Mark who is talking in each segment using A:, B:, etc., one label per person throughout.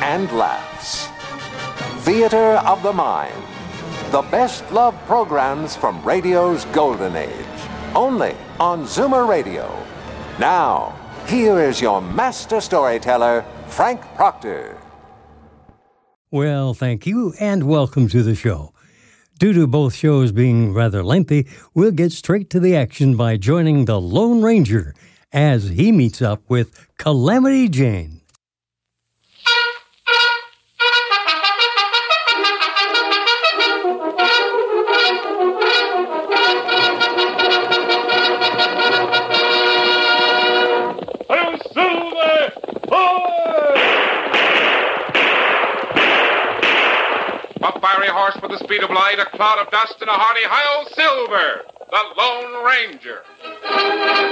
A: and laughs. Theater of the Mind. The best love programs from radio's golden age. Only on Zoomer Radio. Now, here is your master storyteller, Frank Proctor.
B: Well, thank you, and welcome to the show. Due to both shows being rather lengthy, we'll get straight to the action by joining the Lone Ranger as he meets up with Calamity Jane.
C: I'm Silver! A fiery horse with the speed of light, a cloud of dust, and a hearty hail, Silver, the Lone Ranger.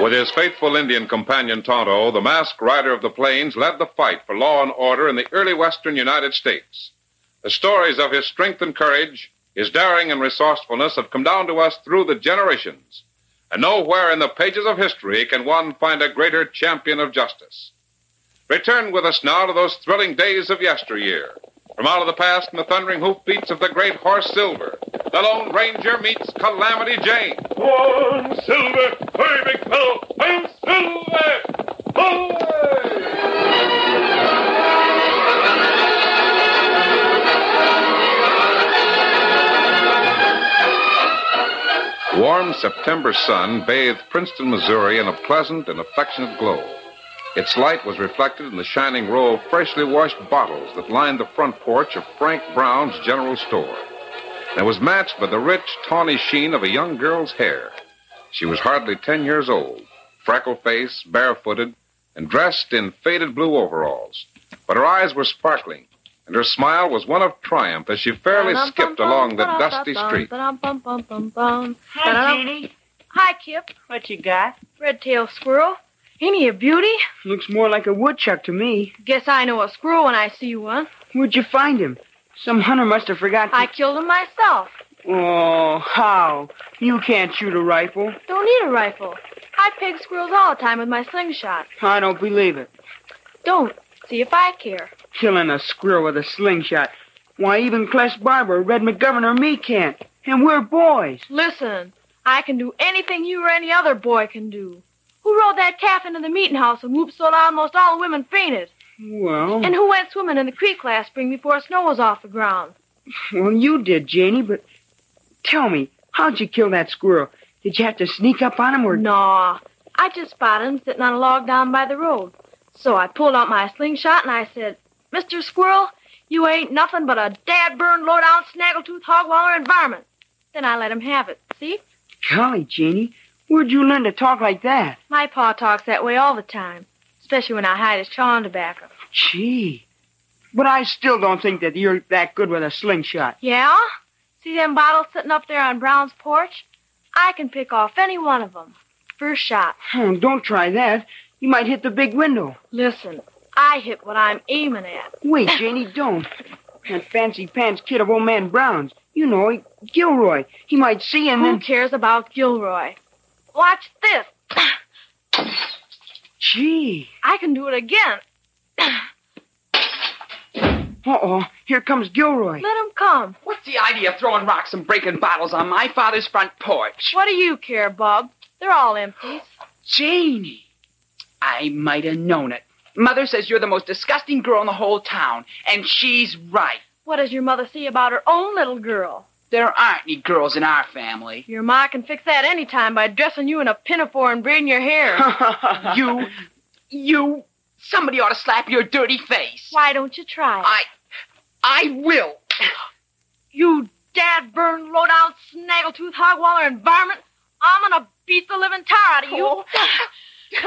C: With his faithful Indian companion Tonto, the masked rider of the plains led the fight for law and order in the early western United States. The stories of his strength and courage, his daring and resourcefulness have come down to us through the generations. And nowhere in the pages of history can one find a greater champion of justice. Return with us now to those thrilling days of yesteryear. From out of the past and the thundering hoofbeats of the great horse Silver, the Lone Ranger meets Calamity Jane. One Silver, hurry, big fellow, I'm Silver! Warm September sun bathed Princeton, Missouri in a pleasant and affectionate glow. Its light was reflected in the shining row of freshly washed bottles that lined the front porch of Frank Brown's general store. It was matched by the rich, tawny sheen of a young girl's hair. She was hardly ten years old, freckle faced, barefooted, and dressed in faded blue overalls. But her eyes were sparkling, and her smile was one of triumph as she fairly skipped along the dusty street.
D: Hi,
E: Jeannie.
D: Hi, Kip.
E: What you got?
D: Red-tailed squirrel. Ain't he a beauty?
E: Looks more like a woodchuck to me.
D: Guess I know a squirrel when I see one.
E: Where'd you find him? Some hunter must have forgotten.
D: I killed him myself.
E: Oh, how? You can't shoot a rifle.
D: Don't need a rifle. I peg squirrels all the time with my slingshot.
E: I don't believe it.
D: Don't. See if I care.
E: Killing a squirrel with a slingshot. Why, even Cles Barber, Red McGovern, or me can't. And we're boys.
D: Listen, I can do anything you or any other boy can do. Who rode that calf into the meeting house and whooped so loud most all the women fainted?
E: Well,
C: Oh.
D: And who went swimming in the creek last spring before snow was off the ground?
E: Well, you did, Janie, but tell me, how'd you kill that squirrel? Did you have to sneak up on him or.
D: Nah, I just spotted him sitting on a log down by the road. So I pulled out my slingshot and I said, Mr. Squirrel, you ain't nothing but a dad burned, low down, snaggletooth, hog waller environment. Then I let him have it. See?
E: Golly, Janie, where'd you learn to talk like that?
D: My pa talks that way all the time, especially when I hide his chawing tobacco.
E: Gee. But I still don't think that you're that good with a slingshot.
D: Yeah? See them bottles sitting up there on Brown's porch? I can pick off any one of them. First shot.
E: Oh, don't try that. You might hit the big window.
D: Listen, I hit what I'm aiming at.
E: Wait, Janie, don't. That fancy pants kid of old man Brown's. You know, he, Gilroy. He might see and
D: Who
E: then.
D: cares about Gilroy? Watch this.
E: Gee.
D: I can do it again.
E: Uh oh. Here comes Gilroy.
D: Let him come.
F: What's the idea of throwing rocks and breaking bottles on my father's front porch?
D: What do you care, Bub? They're all empties.
F: Janie, I might have known it. Mother says you're the most disgusting girl in the whole town, and she's right.
D: What does your mother see about her own little girl?
F: There aren't any girls in our family.
D: Your ma can fix that any time by dressing you in a pinafore and braiding your hair.
F: You, you, somebody ought to slap your dirty face.
D: Why don't you try it?
F: I, I will.
D: You dad burn low down snaggletooth hog waller environment. I'm gonna beat the living tar out of you.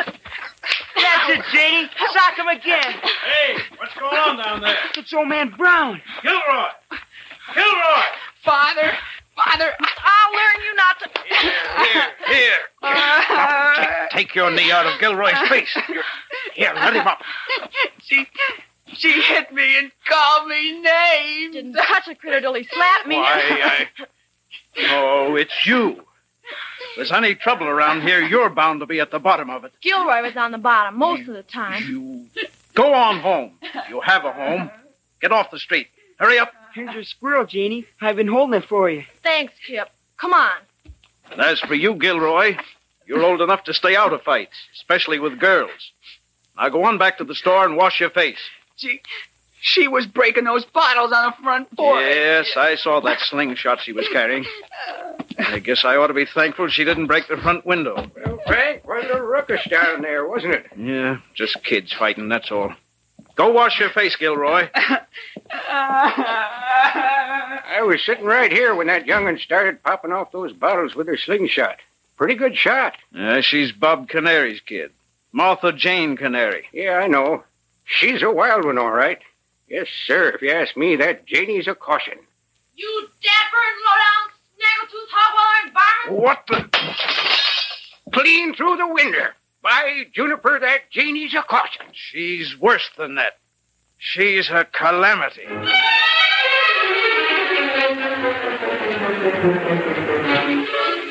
E: That's it, Janie. Sock him again.
G: Hey, what's going on down there?
E: It's old man Brown.
G: Gilroy! Gilroy!
F: Father, father,
D: I'll learn you not to.
G: Here, here. Now, take, take your knee out of Gilroy's face. Here, let him up.
F: she, she hit me and called me names.
D: Didn't touch a critter till he slapped me.
G: Why, I... Oh, it's you. If there's any trouble around here, you're bound to be at the bottom of it.
D: Gilroy was on the bottom most of the time.
G: You go on home. You have a home. Get off the street. Hurry up.
E: Here's your squirrel, Janie. I've been holding it for you.
D: Thanks, Chip. Come on.
G: And as for you, Gilroy, you're old enough to stay out of fights, especially with girls. Now go on back to the store and wash your face.
F: She, she was breaking those bottles on the front porch.
G: Yes, I saw that slingshot she was carrying. I guess I ought to be thankful she didn't break the front window.
H: Frank was a ruckus down there, wasn't it?
G: Yeah, just kids fighting, that's all. Go wash your face, Gilroy. Uh,
H: I was sitting right here when that young'un started popping off those bottles with her slingshot. Pretty good shot.
G: Yeah, she's Bob Canary's kid. Martha Jane Canary.
H: Yeah, I know. She's a wild one, all right. Yes, sir. If you ask me, that Janie's a caution.
D: You dad burn low down snaggletooth hog waller environment.
H: What the? Clean through the window. By Juniper, that Janie's a caution.
G: She's worse than that. She's a calamity.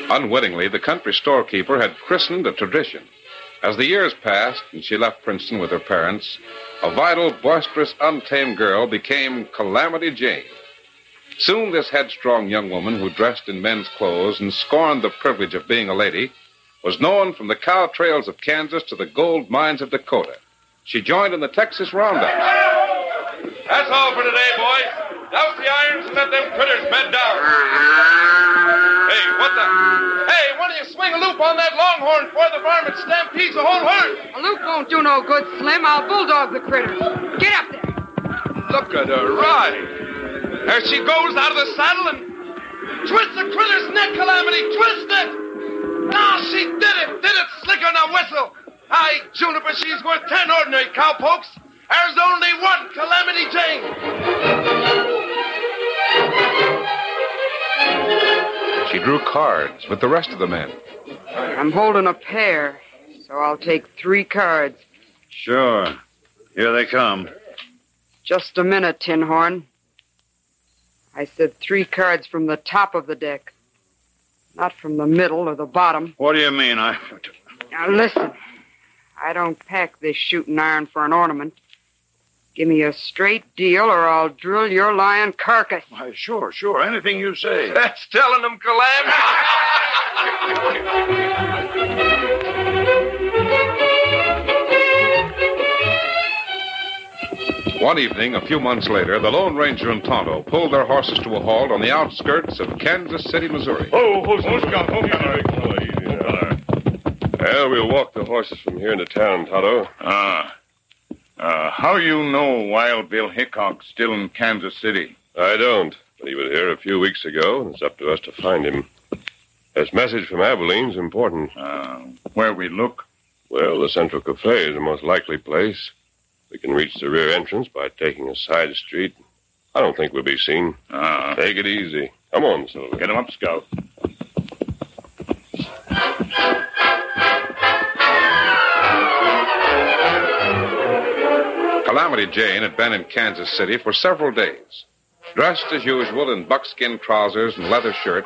C: Unwittingly, the country storekeeper had christened a tradition. As the years passed and she left Princeton with her parents, a vital, boisterous, untamed girl became Calamity Jane. Soon, this headstrong young woman who dressed in men's clothes and scorned the privilege of being a lady was known from the cow trails of Kansas to the gold mines of Dakota. She joined in the Texas Roundup. That's all for today, boys. Douse the irons and let them critters bed down. Hey, what the? Hey, why don't you swing a loop on that longhorn before the varmint stampedes the whole herd?
F: A loop won't do no good, Slim. I'll bulldog the critter. Get up there.
G: Look at
I: uh,
G: her ride.
C: There she goes out of the saddle and twist the critter's neck, Calamity. Twist it. Now she did it. Did it slick on a whistle. Aye, Juniper, she's worth ten ordinary cowpokes. There's only one Calamity Jane. She drew cards with the rest of the men.
E: I'm holding a pair, so I'll take three cards.
G: Sure. Here they come.
E: Just a minute, Tin Horn. I said three cards from the top of the deck, not from the middle or the bottom.
G: What do you mean? I.
E: Now listen, I don't pack this shooting iron for an ornament. Give me a straight deal, or I'll drill your lion carcass.
G: Why, sure, sure. Anything you say.
C: That's telling them, Calamity. One evening, a few months later, the Lone Ranger and Tonto pulled their horses to a halt on the outskirts of Kansas City, Missouri.
J: Oh, horse, horse, God, horse, Well, we'll walk the horses from here into town, Tonto.
K: Ah. Uh, how you know Wild Bill Hickok's still in Kansas City?
J: I don't, but he was here a few weeks ago, and it's up to us to find him. This message from Abilene's important.
K: Uh, where we look?
J: Well, the central cafe is the most likely place. We can reach the rear entrance by taking a side street. I don't think we'll be seen.
K: Ah.
J: Take it easy. Come on, Silver.
K: Get him up, Scout.
C: Calamity Jane had been in Kansas City for several days. Dressed as usual in buckskin trousers and leather shirt,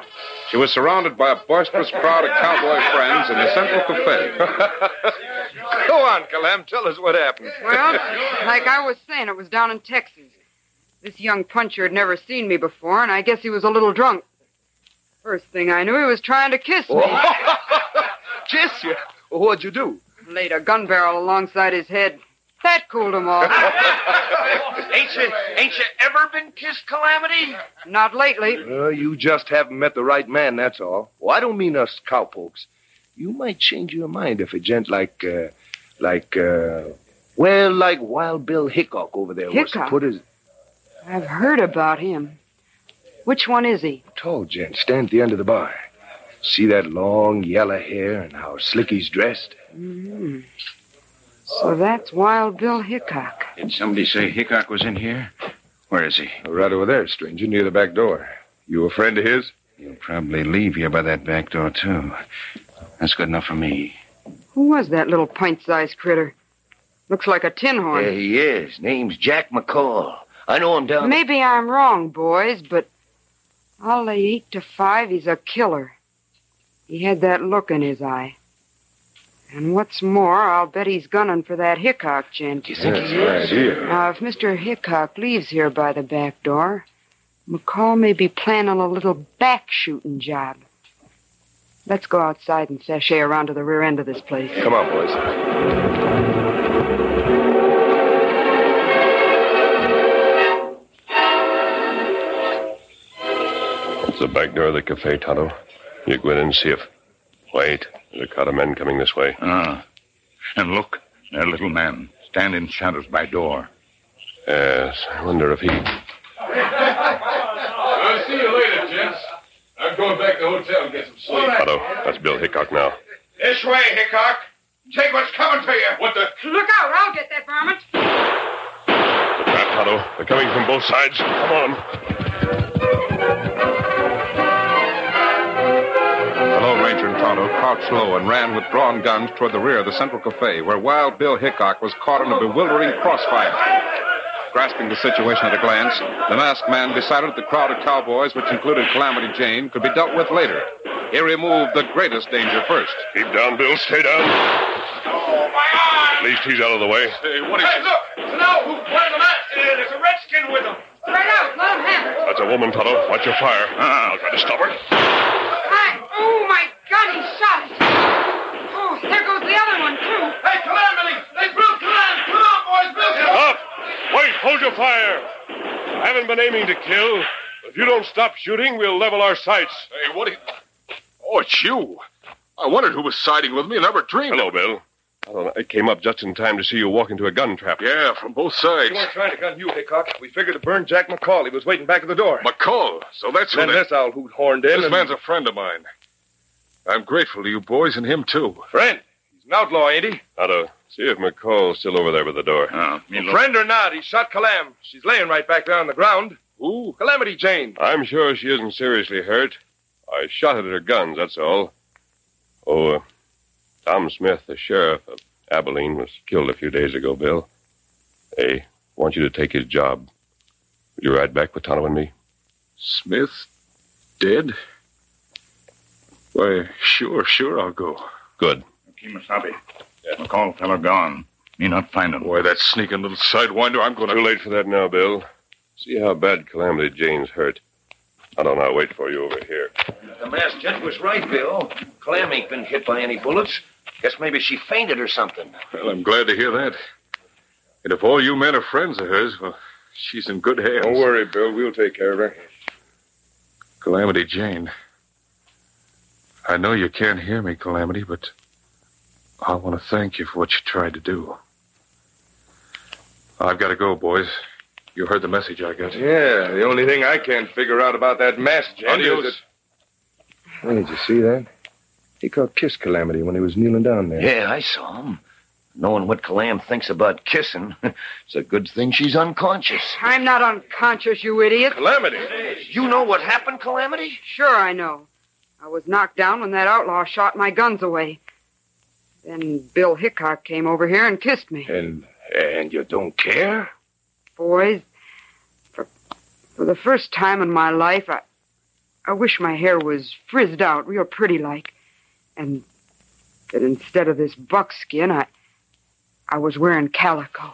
C: she was surrounded by a boisterous crowd of cowboy friends in the central cafe.
I: Go on, Clem. Tell us what happened.
E: Well, like I was saying, it was down in Texas. This young puncher had never seen me before, and I guess he was a little drunk. First thing I knew, he was trying to kiss me.
I: Kiss you? Well, what'd you do?
E: Laid a gun barrel alongside his head. That cooled him off.
I: ain't you, ain't you ever been kissed, Calamity?
E: Not lately.
L: Uh, you just haven't met the right man, that's all. Well, I don't mean us cowpokes. You might change your mind if a gent like, uh, like, uh, well, like Wild Bill Hickok over there was to
E: Hickok?
L: put his
E: I've heard about him. Which one is he?
L: tall gent stand at the end of the bar. See that long yellow hair and how slick he's dressed?
E: Mhm. So that's Wild Bill Hickok.
K: Did somebody say Hickok was in here? Where is he?
L: Right over there, stranger, near the back door. You a friend of his?
K: He'll probably leave here by that back door, too. That's good enough for me.
E: Who was that little pint-sized critter? Looks like a tin horn.
M: There he is. Name's Jack McCall. I know him down.
E: Maybe I'm wrong, boys, but I'll lay eight to five he's a killer. He had that look in his eye. And what's more, I'll bet he's gunning for that Hickok gent.
L: You think he That's is? right, yeah.
E: Now, if Mr. Hickok leaves here by the back door, McCall may be planning a little back shooting job. Let's go outside and sashay around to the rear end of this place.
L: Come on, boys.
J: It's the back door of the cafe, Tonto. You go in and see if. Wait. There's a crowd of men coming this way.
K: Ah. And look, that little man, standing in shadows by door.
J: Yes. I wonder if he.
I: I'll see you later, gents. I'm going back to the hotel and get some sleep.
J: Tonto, that's Bill Hickok now.
I: This way, Hickok. Take what's coming to you. What the?
E: Look out! I'll get that varmint!
J: Look out, Tonto. They're coming from both sides. Come on.
C: The Lone Ranger and Tonto crouched low and ran with drawn guns toward the rear of the central cafe, where Wild Bill Hickok was caught in a bewildering crossfire. Grasping the situation at a glance, the masked man decided that the crowd of cowboys, which included Calamity Jane, could be dealt with later. He removed the greatest danger first.
J: Keep down, Bill. Stay down. At least he's out of the way.
I: hey, look! No! Where's the mask? Uh, there's a redskin with him.
E: Right out! Let him have it!
J: That's a woman, Tonto. Watch your fire.
K: Ah.
J: I'll try to stop her.
E: Hi! Oh, my God, he shot it! Oh, there goes the other one, too.
I: Hey, Calamity! They blew Calamity! Come on, boys, Bill!
J: Stop! Wait, hold your fire. I haven't been aiming to kill. If you don't stop shooting, we'll level our sights.
I: Hey, what? Oh, it's you. I wondered who was siding with me. I never dreamed.
J: Hello, Bill. I don't know. I came up just in time to see you walk into a gun trap.
I: Yeah, from both sides.
L: We weren't trying to gun you, Hickok. We figured to burn Jack McCall. He was waiting back at the door.
I: McCall. So that's
L: then
I: who. They...
L: this owl hoot horned in.
I: This
L: and-
I: man's a friend of mine. I'm grateful to you boys and him too.
L: friend. He's an outlaw, ain't he?
J: Otto, see if McCall's still over there by the door.
K: Ah, me look.
L: Friend or not, he shot Calam. She's laying right back there on the ground.
I: Who?
L: Calamity Jane.
J: I'm sure she isn't seriously hurt. I shot at her guns, that's all. Oh, uh, Tom Smith, the sheriff of Abilene, was killed a few days ago, Bill. They want you to take his job. Will you ride back with Tonto and me?
I: Smith? Dead? Why, sure, sure, I'll go.
J: Good.
K: Kemosabe. McCall fellow gone. Me not find him.
I: Why, that sneaking little sidewinder, I'm gonna.
J: Too late for that now, Bill. See how bad Calamity Jane's hurt. I don't know. I'll wait for you over here.
M: The masked gent was right, Bill. Clam ain't been hit by any bullets. Guess maybe she fainted or something.
I: Well, I'm glad to hear that. And if all you men are friends of hers, well, she's in good hands.
J: Don't worry, Bill. We'll take care of her.
I: Calamity Jane. I know you can't hear me, Calamity, but I want to thank you for what you tried to do. I've got to go, boys. You heard the message I got.
J: Yeah, the only thing I can't figure out about that mask, Jenny, is that...
L: Hey, did you see that? Hickok kissed Calamity when he was kneeling down there.
M: Yeah, I saw him. Knowing what Calam thinks about kissing, it's a good thing she's unconscious.
E: I'm not unconscious, you idiot.
M: Calamity.
E: You know what happened, Calamity? Sure, I know. I was knocked down when that outlaw shot my guns away. Then Bill Hickok came over here and kissed me.
L: And and you don't care?
E: Boys, for, for the first time in my life, I, I wish my hair was frizzed out real pretty like. And that instead of this buckskin, I, I was wearing calico.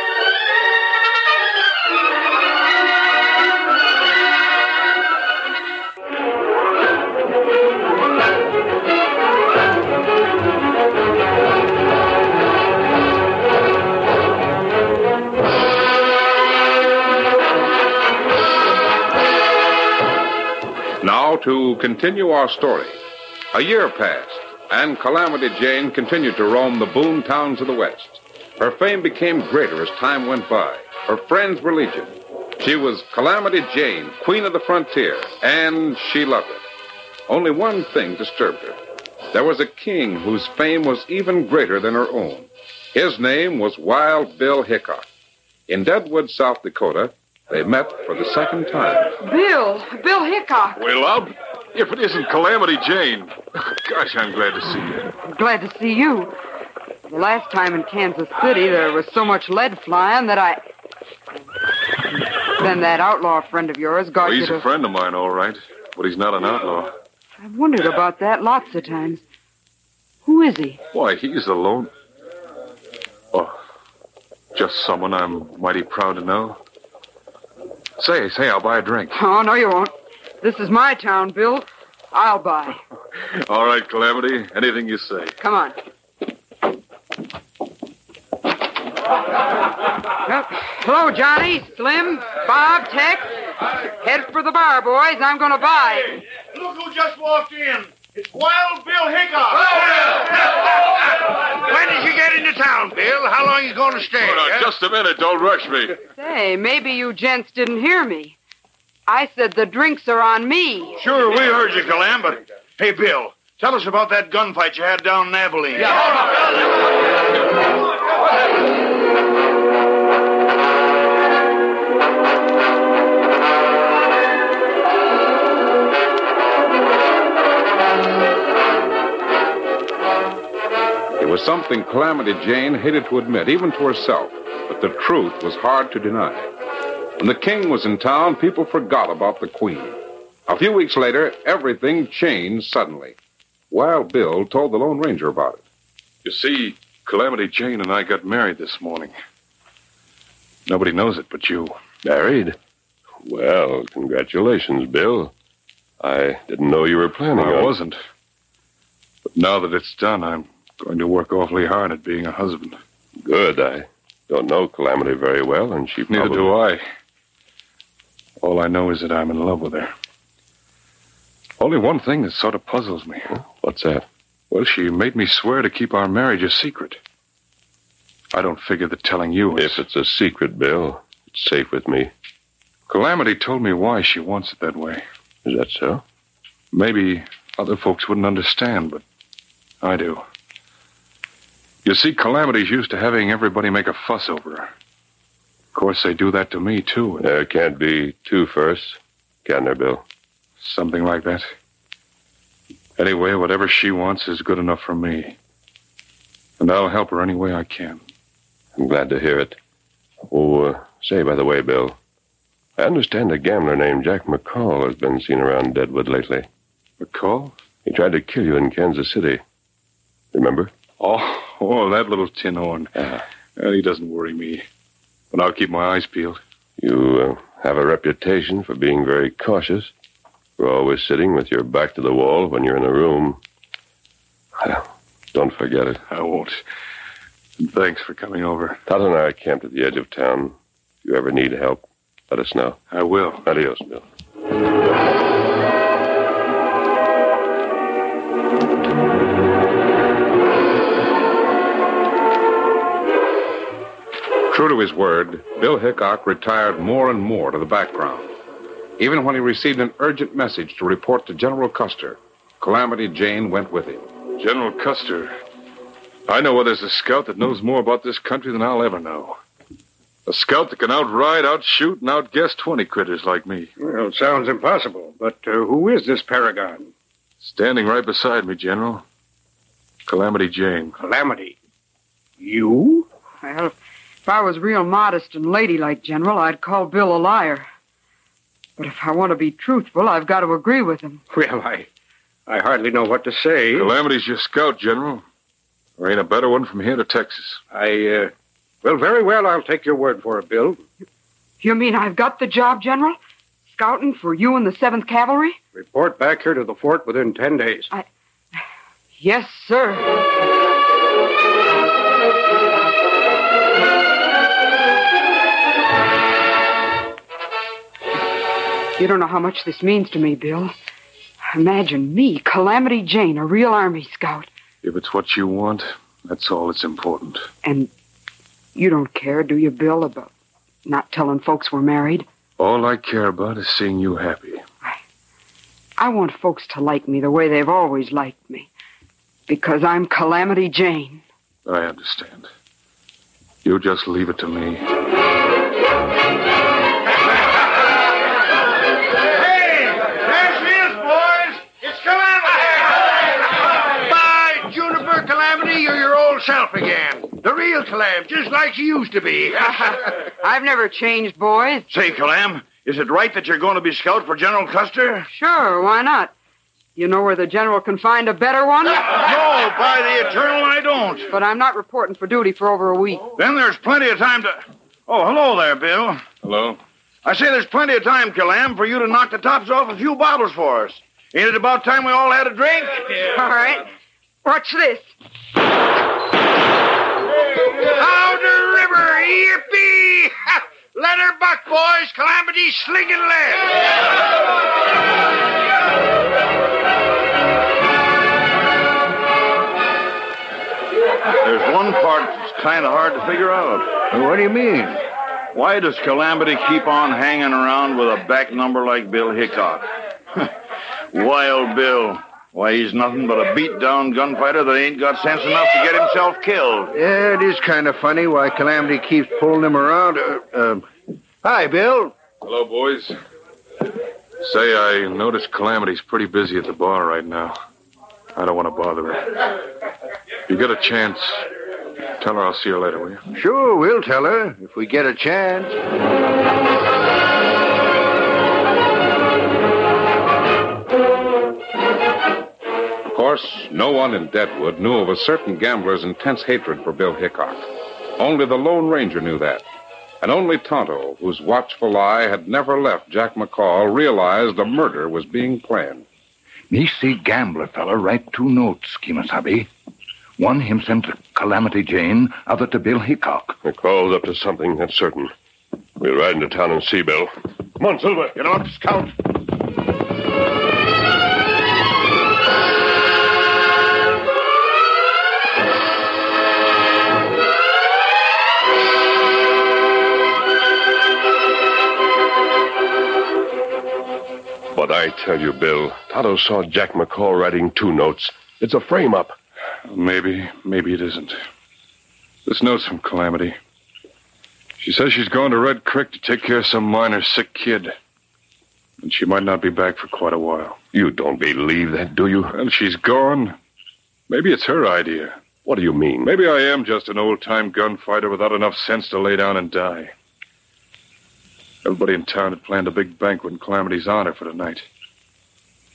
C: Now, to continue our story. A year passed, and Calamity Jane continued to roam the boom towns of the West. Her fame became greater as time went by. Her friends were legion. She was Calamity Jane, queen of the frontier, and she loved it. Only one thing disturbed her. There was a king whose fame was even greater than her own. His name was Wild Bill Hickok. In Deadwood, South Dakota, they met for the second time.
E: Bill, Bill Hickok.
I: Well, up. If it isn't Calamity Jane. Gosh, I'm glad to see you.
E: I'm glad to see you. The last time in Kansas City, there was so much lead flying that I. Then that outlaw friend of yours got
I: Well,
E: you
I: he's
E: to.
I: a friend of mine, all right, but he's not an outlaw.
E: I've wondered about that lots of times. Who is he?
I: Why, he's alone. Oh, just someone I'm mighty proud to know. Say, say, I'll buy a drink.
E: Oh, no, you won't. This is my town, Bill. I'll buy.
I: All right, Calamity, anything you say.
E: Come on. Well, hello, Johnny, Slim, Bob, Tex. Head for the bar, boys. I'm going to buy.
G: Look who just walked in. It's Wild Bill Hickok.
I: When did you get into town, Bill? How long you going to stay? Oh, now, just a minute. Don't rush me.
E: Say, maybe you gents didn't hear me. I said the drinks are on me.
G: Sure, we heard you, Calam, but hey, Bill, tell us about that gunfight you had down in Abilene.
C: It was something Calamity Jane hated to admit, even to herself, but the truth was hard to deny. When the king was in town, people forgot about the queen. A few weeks later, everything changed suddenly. Wild Bill told the Lone Ranger about it.
I: You see, Calamity Jane and I got married this morning. Nobody knows it but you.
J: Married? Well, congratulations, Bill. I didn't know you were planning
I: I
J: on...
I: wasn't. But now that it's done, I'm going to work awfully hard at being a husband.
J: Good. I don't know Calamity very well, and she
I: Neither
J: probably...
I: do I. All I know is that I'm in love with her. Only one thing that sort of puzzles me.
J: What's that?
I: Well, she made me swear to keep our marriage a secret. I don't figure that telling you is.
J: If it's a secret, Bill, it's safe with me.
I: Calamity told me why she wants it that way.
J: Is that so?
I: Maybe other folks wouldn't understand, but I do. You see, Calamity's used to having everybody make a fuss over her. Of course, they do that to me, too.
J: There can't be two firsts, can there, Bill?
I: Something like that. Anyway, whatever she wants is good enough for me. And I'll help her any way I can.
J: I'm glad to hear it. Oh, uh, say, by the way, Bill, I understand a gambler named Jack McCall has been seen around Deadwood lately.
I: McCall?
J: He tried to kill you in Kansas City. Remember?
I: Oh, oh, that little tin horn.
G: Uh-huh.
I: Uh, he doesn't worry me. But I'll keep my eyes peeled.
J: You uh, have a reputation for being very cautious. You're always sitting with your back to the wall when you're in a room. Well, Don't forget it.
I: I won't. And thanks for coming over.
J: Todd and I are camped at the edge of town. If you ever need help, let us know.
I: I will.
J: Adios, Bill.
C: True to his word, Bill Hickok retired more and more to the background. Even when he received an urgent message to report to General Custer, Calamity Jane went with him.
I: General Custer. I know where there's a scout that knows more about this country than I'll ever know. A scout that can outride, outshoot, and outguess 20 critters like me.
G: Well, it sounds impossible, but uh, who is this paragon?
I: Standing right beside me, General. Calamity Jane.
G: Calamity. You?
E: Well, if I was real modest and ladylike, General, I'd call Bill a liar. But if I want to be truthful, I've got to agree with him.
G: Well, I, I hardly know what to say.
I: Calamity's your scout, General. There ain't a better one from here to Texas.
G: I, uh, well, very well, I'll take your word for it, Bill.
E: You mean I've got the job, General? Scouting for you and the 7th Cavalry?
G: Report back here to the fort within ten days.
E: I- Yes, sir. You don't know how much this means to me, Bill. Imagine me, Calamity Jane, a real Army scout.
I: If it's what you want, that's all that's important.
E: And you don't care, do you, Bill, about not telling folks we're married?
I: All I care about is seeing you happy.
E: I want folks to like me the way they've always liked me. Because I'm Calamity Jane.
I: I understand. You just leave it to me.
G: There she is, boys! It's Calamity! By Juniper Calamity, you're your old self again. The real Calam, just like you used to be.
E: I've never changed, boys.
G: Say, Calam, is it right that you're going to be scout for General Custer?
E: Sure, why not? You know where the General can find a better one? No,
G: by the Eternal, I don't.
E: But I'm not reporting for duty for over a week.
G: Then there's plenty of time to. Oh, hello there, Bill.
I: Hello?
G: I say there's plenty of time, Calam, for you to knock the tops off a few bottles for us. Ain't it about time we all had a drink?
E: All right. Watch this.
G: Down the river, yippee! Ha! Let her buck, boys. Calamity slinging lead.
N: There's one part that's kind of hard to figure out. What do you mean? Why does Calamity keep on hanging around with a back number like Bill Hickok? Wild Bill. Why, he's nothing but a beat down gunfighter that ain't got sense enough to get himself killed.
H: Yeah, it is kind of funny why Calamity keeps pulling him around. Uh, um, hi, Bill.
I: Hello, boys. Say, I noticed Calamity's pretty busy at the bar right now. I don't want to bother her. If you get a chance, tell her I'll see her later, will you?
H: Sure, we'll tell her if we get a chance.
C: Of course, no one in Deadwood knew of a certain gambler's intense hatred for Bill Hickok. Only the Lone Ranger knew that. And only Tonto, whose watchful eye had never left Jack McCall, realized a murder was being planned.
O: Me see gambler fella write two notes, Kimasabi. One him sent to Calamity Jane, other to Bill Hickok.
J: McCall's up to something, that's certain. We'll ride into town and see Bill. Come on, Silver. Get up, Scout. But I tell you, Bill, Tonto saw Jack McCall writing two notes. It's a frame up.
I: Maybe, maybe it isn't. This note's from Calamity. She says she's going to Red Creek to take care of some minor sick kid. And she might not be back for quite a while.
J: You don't believe that, do you?
I: Well, she's gone. Maybe it's her idea.
J: What do you mean?
I: Maybe I am just an old time gunfighter without enough sense to lay down and die. Everybody in town had planned a big banquet in Calamity's honor for tonight.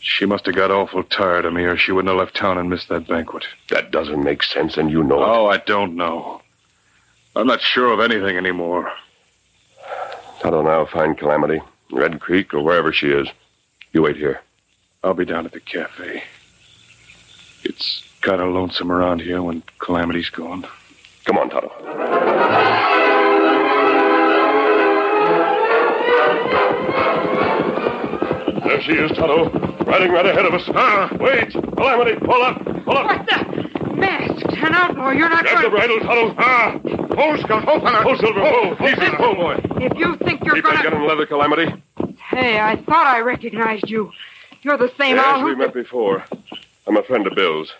I: She must have got awful tired of me, or she wouldn't have left town and missed that banquet. That doesn't make sense, and you know it. Oh, I don't know. I'm not sure of anything anymore.
J: I don't know. Find Calamity, Red Creek, or wherever she is. You wait here.
I: I'll be down at the cafe. It's kind of lonesome around here when Calamity's gone.
J: Come on, Toto.
K: There she is, Toto. Riding right ahead of us. Wait! Calamity, pull up! Pull up! What
E: Uh-huh. the? Masked and outlaw, Oh, you're not
K: Grab the
E: going
K: bridle, Toto. Ah! Hold, Scout. Hold, Hold, Silver. Hold. Easy. Hold, boy.
E: If you think you're
J: Keep
E: gonna.
J: that gun and leather, Calamity.
E: Hey, I thought I recognized you. You're the same
J: Yes,
E: owl who-
J: we met before. I'm a friend of Bill's.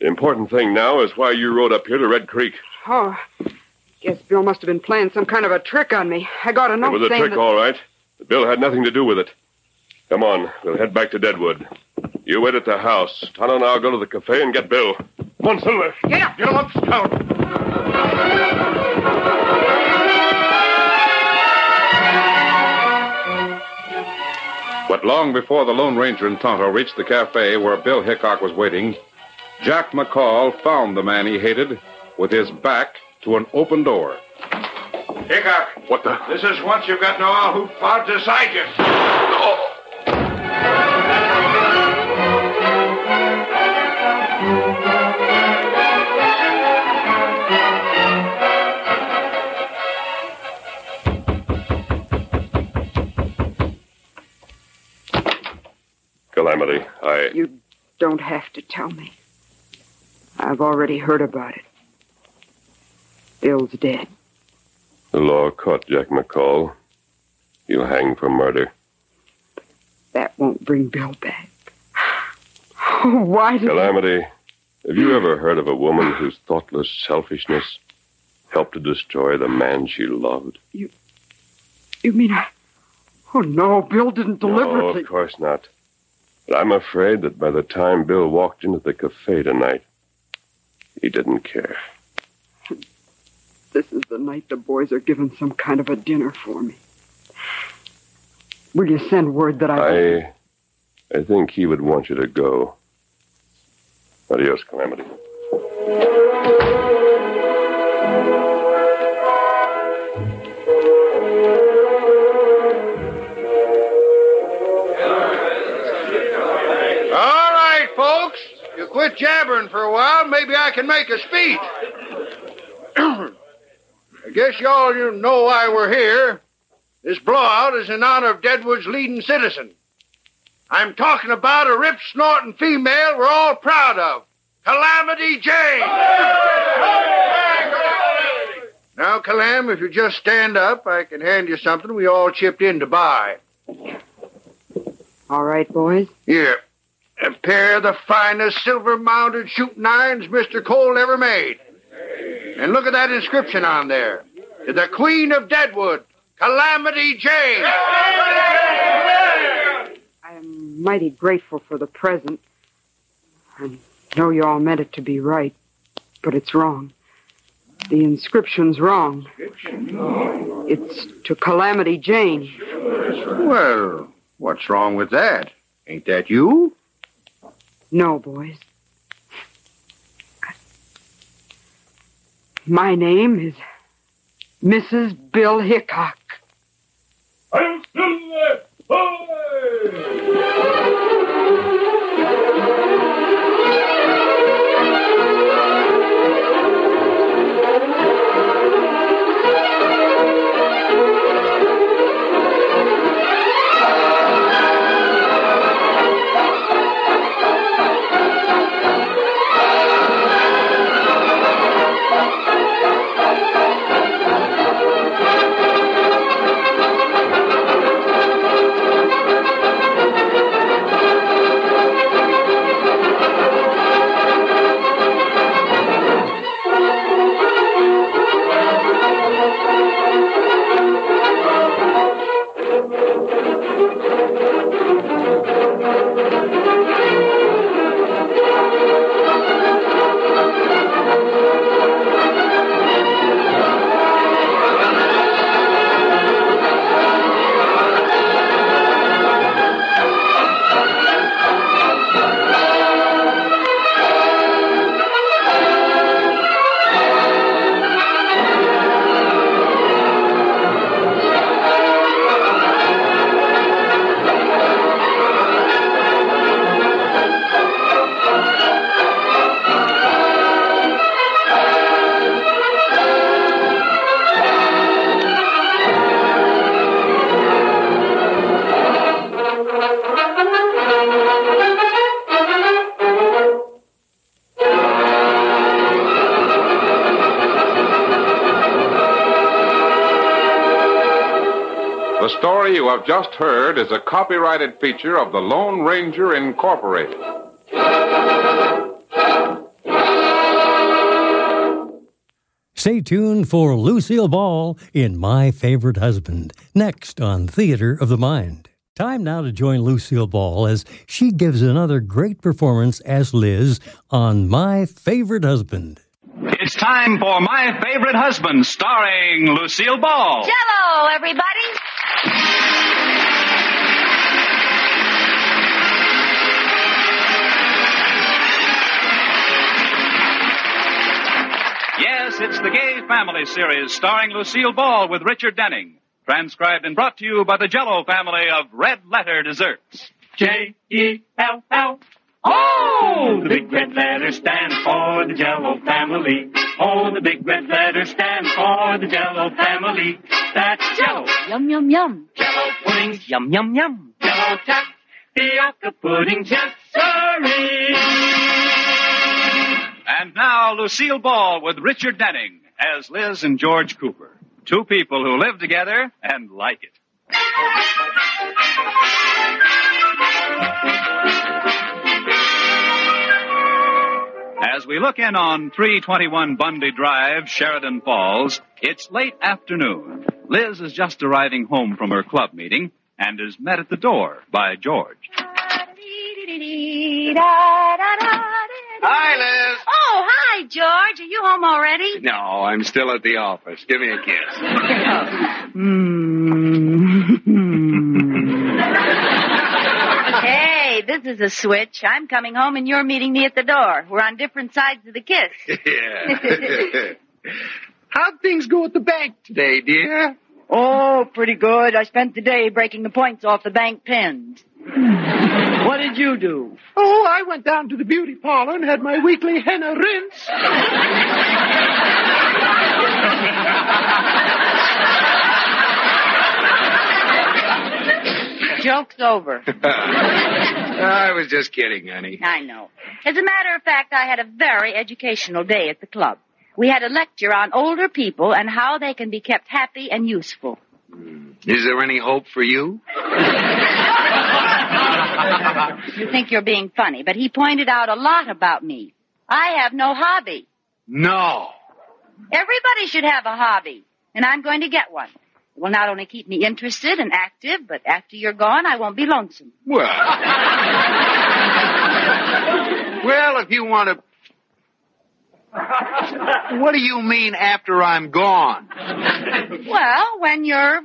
J: The important thing now is why you rode up here to Red Creek.
E: Oh, guess Bill must have been playing some kind of a trick on me. I got a
J: It
E: note
J: was a
E: saying
J: trick,
E: that...
J: all right. But Bill had nothing to do with it. Come on, we'll head back to Deadwood. You wait at the house. Tonto and I'll go to the cafe and get Bill. Come on, Silver.
E: Get up!
K: Get him up, Scout.
C: But long before the Lone Ranger and Tonto reached the cafe where Bill Hickok was waiting, Jack McCall found the man he hated with his back to an open door.
K: Hickok. What the? This is once you've got no owl who plowed to side you. Oh,
J: Calamity, I.
E: You don't have to tell me. I've already heard about it. Bill's dead.
J: The law caught Jack McCall. You hang for murder.
E: That won't bring Bill back. Oh, why did
J: Calamity, have you ever heard of a woman whose thoughtless selfishness helped to destroy the man she loved?
E: you mean I? Oh no, Bill didn't
J: No,
E: deliberately.
J: of course not. But I'm afraid that by the time Bill walked into the cafe tonight, he didn't care.
E: This is the night the boys are giving some kind of a dinner for me. Will you send word that I?
J: I, I think he would want you to go. Adios, Calamity.
G: All right, folks. You quit jabbering for a while. Maybe I can make a speech. I guess y'all you know why we're here. This blowout is in honor of Deadwood's leading citizen. I'm talking about a rip snorting female we're all proud of. Calamity Jane. Now, Calam, if you just stand up, I can hand you something we all chipped in to buy.
E: All right, boys.
G: Here. A pair of the finest silver mounted shooting irons Mr. Cole ever made. And look at that inscription on there. To the Queen of Deadwood, Calamity Jane.
E: I'm mighty grateful for the present. I know you all meant it to be right, but it's wrong. The inscription's wrong. It's to Calamity Jane.
G: Well, what's wrong with that? Ain't that you?
E: No, boys. My name is Mrs. Bill Hickok.
K: I'm still there.
C: story you have just heard is a copyrighted feature of the Lone Ranger Incorporated.
B: Stay tuned for Lucille Ball in My Favorite Husband, next on Theater of the Mind. Time now to join Lucille Ball as she gives another great performance as Liz on My Favorite Husband.
P: It's time for My Favorite Husband, starring Lucille Ball.
Q: Hello, everybody.
P: Yes, it's the Gay Family series starring Lucille Ball with Richard Denning. Transcribed and brought to you by the Jello family of Red Letter Desserts.
R: J E L L. Oh, the big red letters stand for the Jello family. Oh, the big red letters stand for the Jello family. That's Jello.
S: Yum, yum, yum.
R: Jello puddings,
S: Yum, yum, yum.
R: Jello tap, tapioca puddings, yes, sirree.
P: And now Lucille Ball with Richard Denning as Liz and George Cooper. Two people who live together and like it. As we look in on 321 Bundy Drive, Sheridan Falls, it's late afternoon. Liz is just arriving home from her club meeting and is met at the door by George.
T: Hi, Liz.
Q: Oh, hi, George. Are you home already?
T: No, I'm still at the office. Give me a kiss.
Q: hey, this is a switch. I'm coming home and you're meeting me at the door. We're on different sides of the kiss.
T: yeah. How'd things go at the bank today, dear?
S: Oh, pretty good. I spent the day breaking the points off the bank pins. what did you do?
T: Oh, I went down to the beauty parlor and had my weekly henna rinse.
S: Joke's over.
T: I was just kidding, honey.
Q: I know. As a matter of fact, I had a very educational day at the club. We had a lecture on older people and how they can be kept happy and useful.
T: Is there any hope for you?
Q: You think you're being funny, but he pointed out a lot about me. I have no hobby.
T: No.
Q: Everybody should have a hobby, and I'm going to get one. It will not only keep me interested and active, but after you're gone, I won't be lonesome.
T: Well, well, if you want to. What do you mean after I'm gone?
Q: Well, when you're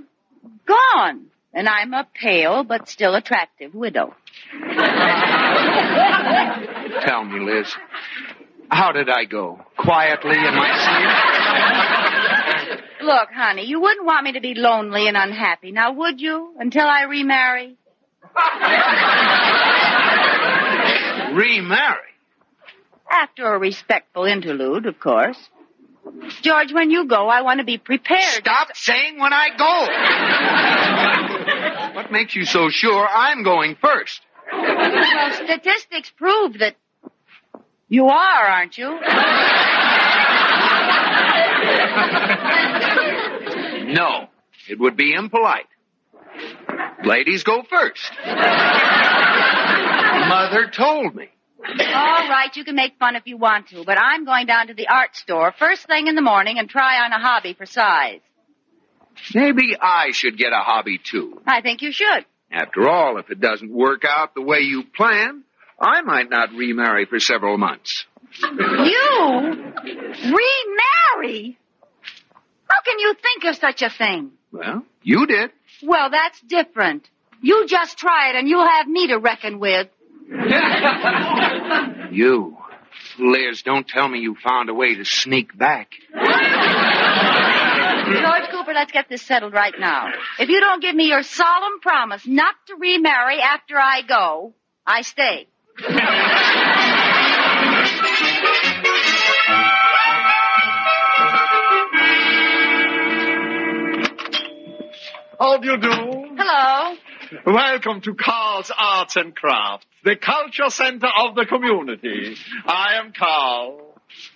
Q: gone, and I'm a pale but still attractive widow.
T: Tell me, Liz. How did I go? Quietly in my
Q: Look, honey, you wouldn't want me to be lonely and unhappy, now would you? Until I remarry?
T: sleep? Remarry?
Q: After a respectful interlude, of course. George, when you go, I want to be prepared. Stop
T: saying when I go. What makes you so sure I'm going first?
Q: Well, statistics prove that you are, aren't you?
T: No. It would be impolite. Ladies go first. Mother told me.
Q: All right, you can make fun if you want to, but I'm going down to the art store first thing in the morning and try on a hobby for size.
T: Maybe I should get a hobby too.
Q: I think you should.
T: After all, if it doesn't work out the way you plan, I might not remarry for several months.
Q: You remarry? How can you think of such a thing?
T: Well, you did.
Q: Well, that's different. You just try it and you'll have me to reckon with.
T: You. Liz, don't tell me you found a way to sneak back.
Q: George Cooper, let's get this settled right now. If you don't give me your solemn promise not to remarry after I go, I stay.
U: How do you do?
Q: Hello.
U: Welcome to Carl's Arts and Crafts, the culture center of the community. I am Carl.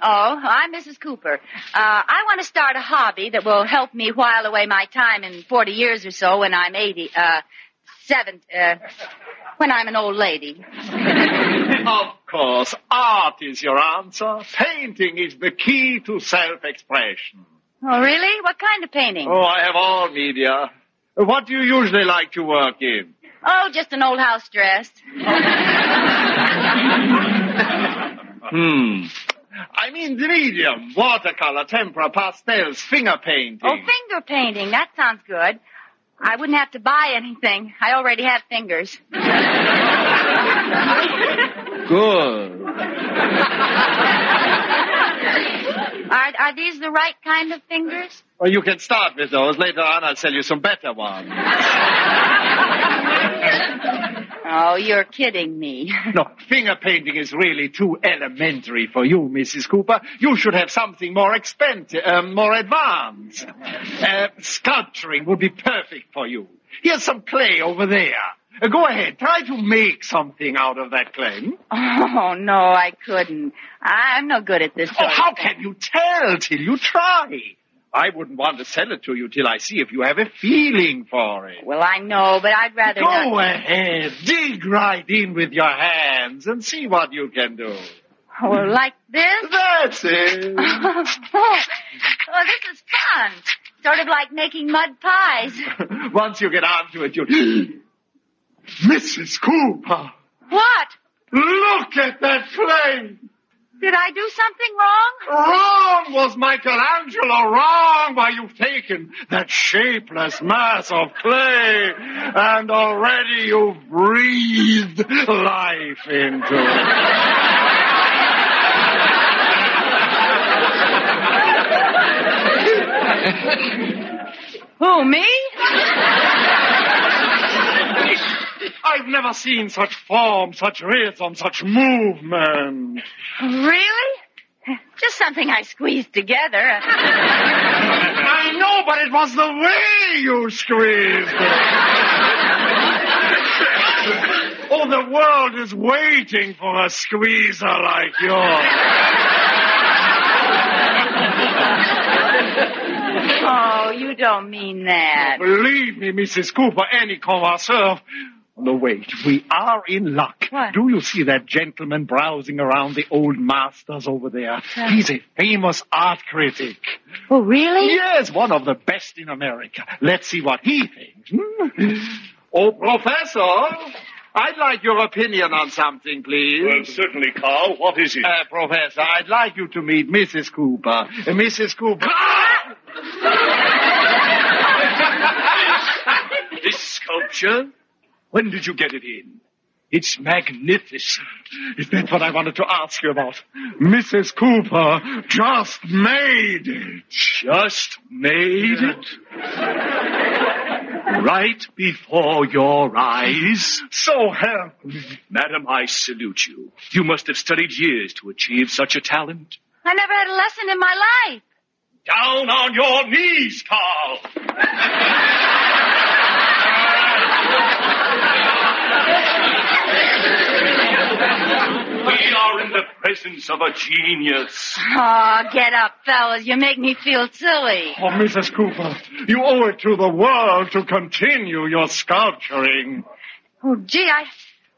Q: Oh, I'm Mrs. Cooper. Uh, I want to start a hobby that will help me while away my time in 40 years or so when I'm 80, uh, seven, uh, when I'm an old lady.
U: Of course, art is your answer. Painting is the key to self-expression.
Q: Oh, really? What kind of painting?
U: Oh, I have all media. What do you usually like to work in?
Q: Oh, just an old house dress.
U: Hmm. I mean the medium. Watercolor, tempera, pastels, finger painting.
Q: Oh, finger painting. That sounds good. I wouldn't have to buy anything. I already have fingers.
U: Good.
Q: Are, are these the right kind of fingers?
U: Well, you can start with those. Later on, I'll sell you some better ones.
Q: Oh, you're kidding me.
U: No, finger painting is really too elementary for you, Mrs. Cooper. You should have something more expensive, um, more advanced. Uh, sculpturing would be perfect for you. Here's some clay over there. Uh, go ahead, try to make something out of that clay. Hmm?
Q: Oh, no, I couldn't. I'm no good at this.
U: Oh, how can you tell till you try? I wouldn't want to sell it to you till I see if you have a feeling for it.
Q: Well, I know, but I'd rather
U: Go
Q: not.
U: ahead, dig right in with your hands and see what you can do.
Q: Oh, Well, like this?
U: That's it.
Q: oh, this is fun. Sort of like making mud pies.
U: Once you get onto it, you. Mrs. Cooper,
Q: What?
U: look at that clay.
Q: Did I do something wrong?
U: Wrong was Michelangelo wrong why you've taken that shapeless mass of clay and already you've breathed life into it.
Q: Who, me?
U: I've never seen such form, such rhythm, such movement.
Q: Really? Just something I squeezed together.
U: I know, but it was the way you squeezed it. oh, the world is waiting for a squeezer like yours.
Q: oh, you don't mean that.
U: Believe me, Mrs. Cooper, any connoisseur. No, wait, we are in luck. Do you see that gentleman browsing around the old masters over there? He's a famous art critic.
Q: Oh, really?
U: Yes, one of the best in America. Let's see what he thinks. hmm? Oh, Professor, I'd like your opinion on something, please. Well, certainly, Carl. What is it? Uh, Professor, I'd like you to meet Mrs. Cooper. Uh, Mrs. Cooper. This sculpture? When did you get it in? It's magnificent. Is that what I wanted to ask you about? Mrs. Cooper just made it. Just made it? right before your eyes? So help me.
A: Madam, I salute you. You must have studied years to achieve such a talent.
Q: I never had a lesson in my life.
A: Down on your knees, Carl! We are in the presence of a genius.
Q: Oh, get up, fellas. You make me feel silly.
U: Oh, Mrs. Cooper, you owe it to the world to continue your sculpturing.
Q: Oh, gee, I,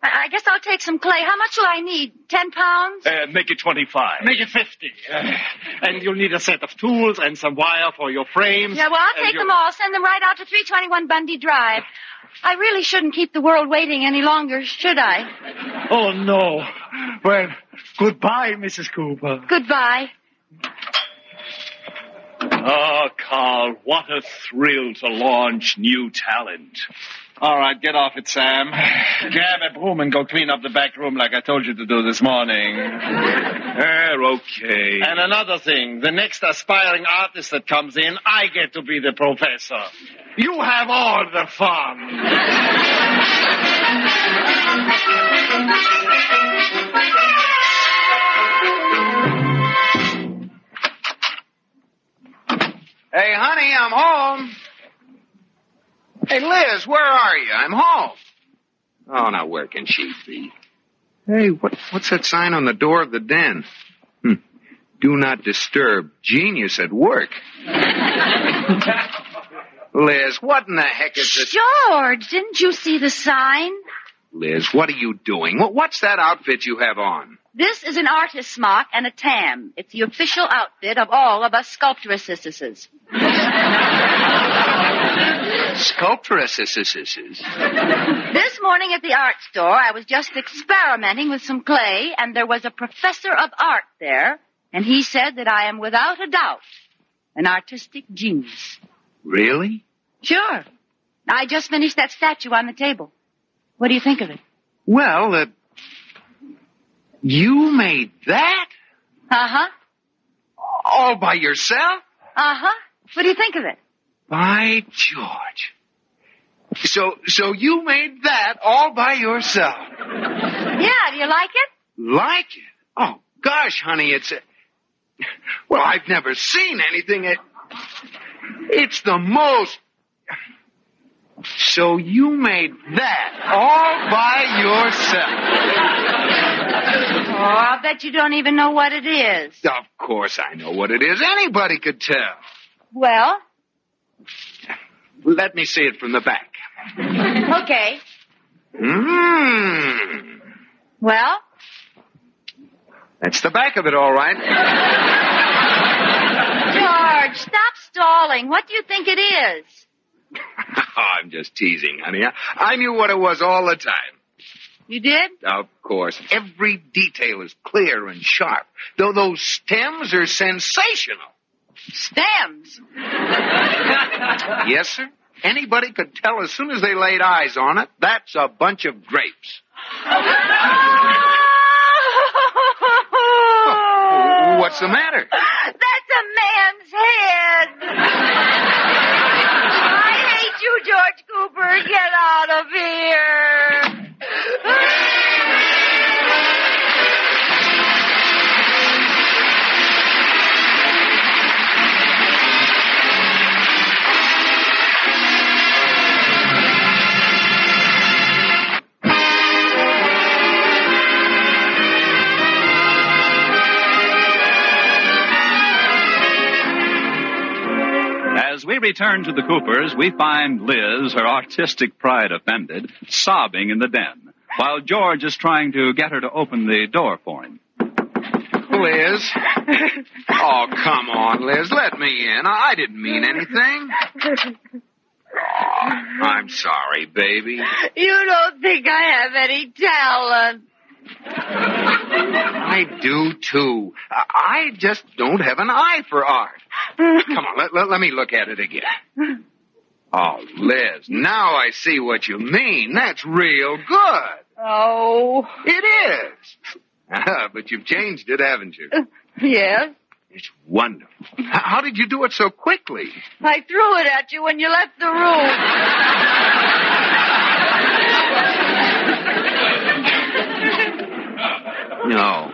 Q: I I guess I'll take some clay. How much will I need? Ten pounds?
U: Uh, make it 25. Make it 50. Uh, and you'll need a set of tools and some wire for your frames.
Q: Yeah, well,
A: uh,
Q: I'll
U: And
Q: take
U: your-
Q: them all. Send them right out to 321 Bundy Drive. I really shouldn't keep the world waiting any longer, should I?
U: Oh, no. Well, goodbye, Mrs. Cooper.
Q: Goodbye.
A: Ah, Carl, what a thrill to launch new talent.
U: All right, get off it, Sam. Grab a broom and go clean up the back room like I told you to do this morning.
A: Er, okay.
U: And another thing, the next aspiring artist that comes in, I get to be the professor. You have all the fun.
T: Hey, honey, I'm home. Hey, Liz, where are you? I'm home. Oh, now where can she be? Hey, what, what's that sign on the door of the den? Hmm. Do not disturb. Genius at work. Liz, what in the heck is this?
Q: George, didn't you see the sign?
T: Liz, what are you doing? What- What's that outfit you have on?
Q: This is an artist smock and a tam. It's the official outfit of all of us sculptor assistants.
T: Sculptress. This
Q: This morning at the art store, I was just experimenting with some clay, and there was a professor of art there, and he said that I am without a doubt an artistic genius.
T: Really?
Q: Sure. I just finished that statue on the table. What do you think of it?
T: Well, uh, you made that
Q: Uh huh.
T: all by yourself?
Q: Uh huh. What do you think of it?
T: By George. So, so you made that all by yourself.
Q: Yeah, do you like it?
T: Like it? Oh, gosh, honey, it's a. Well, I've never seen anything. It, it's the most. So you made that all by yourself.
Q: Oh, I'll bet you don't even know what it is.
T: Of course I know what it is. Anybody could tell.
Q: Well,
T: Let me see it from the back.
Q: okay.
T: Mmm.
Q: Well,
T: That's the back of it, all right.
Q: George, stop stalling. What do you think it is?
T: I'm just teasing, honey. I, I knew what it was all the time.
Q: You did?
T: Of course. Every detail is clear and sharp. Though those stems are sensational.
Q: Stems.
T: Yes, sir. Anybody could tell as soon as they laid eyes on it, that's a bunch of grapes. What's the matter?
Q: That's a man's head. I hate you, George Cooper. Get out of here.
P: As we return to the Coopers, we find Liz, her artistic pride offended, sobbing in the den, while George is trying to get her to open the door for him.
T: Liz. Oh, come on, Liz. Let me in. I I didn't mean anything. I'm sorry, baby.
Q: You don't think I have any talent.
T: I do too. I I just don't have an eye for art. Come on, let, let, let me look at it again. Oh, Liz, now I see what you mean. That's real good.
S: Oh.
T: It is. Ah, but you've changed it, haven't you?
S: Yes.
T: Wonderful. H- How did you do it so quickly?
S: I threw it at you when you left the room.
T: No.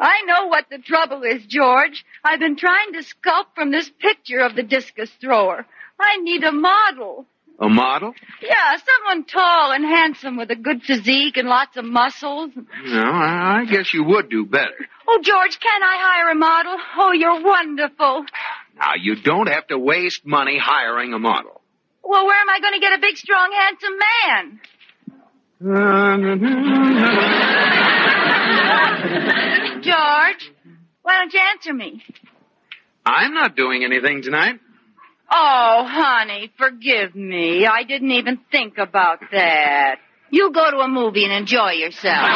S: I know what the trouble is, George. I've been trying to sculpt from this picture of the discus thrower. I need a model.
T: A model?
S: Yeah, someone tall and handsome with a good physique and lots of muscles.
T: No, I I guess you would do better.
S: Oh, George, can I hire a model? Oh, you're wonderful.
T: Now, you don't have to waste money hiring a model.
S: Well, where am I going to get a big, strong, handsome man?
Q: George, why don't you answer me?
T: I'm not doing anything tonight.
Q: Oh, honey, forgive me. I didn't even think about that. You go to a movie and enjoy yourself.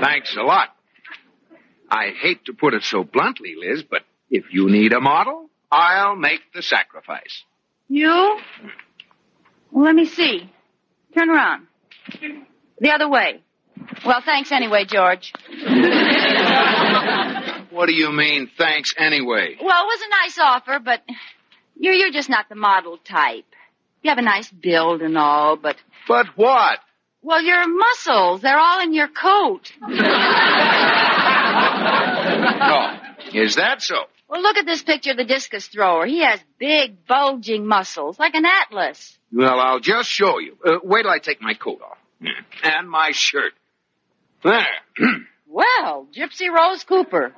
T: Thanks a lot. I hate to put it so bluntly, Liz, but if you need a model, I'll make the sacrifice.
Q: You? Well, let me see. Turn around. The other way. Well, thanks anyway, George.
T: What do you mean, thanks anyway?
Q: Well, it was a nice offer, but you're, you're just not the model type. You have a nice build and all, but.
T: But what?
Q: Well, your muscles, they're all in your coat. Uh.
T: Oh, is that so?
Q: Well, look at this picture of the discus thrower. He has big, bulging muscles, like an atlas. Hmm.
T: Well, I'll just show you. Uh, wait till I take my coat off. And my shirt. There.
Q: Well, Gypsy Rose Cooper.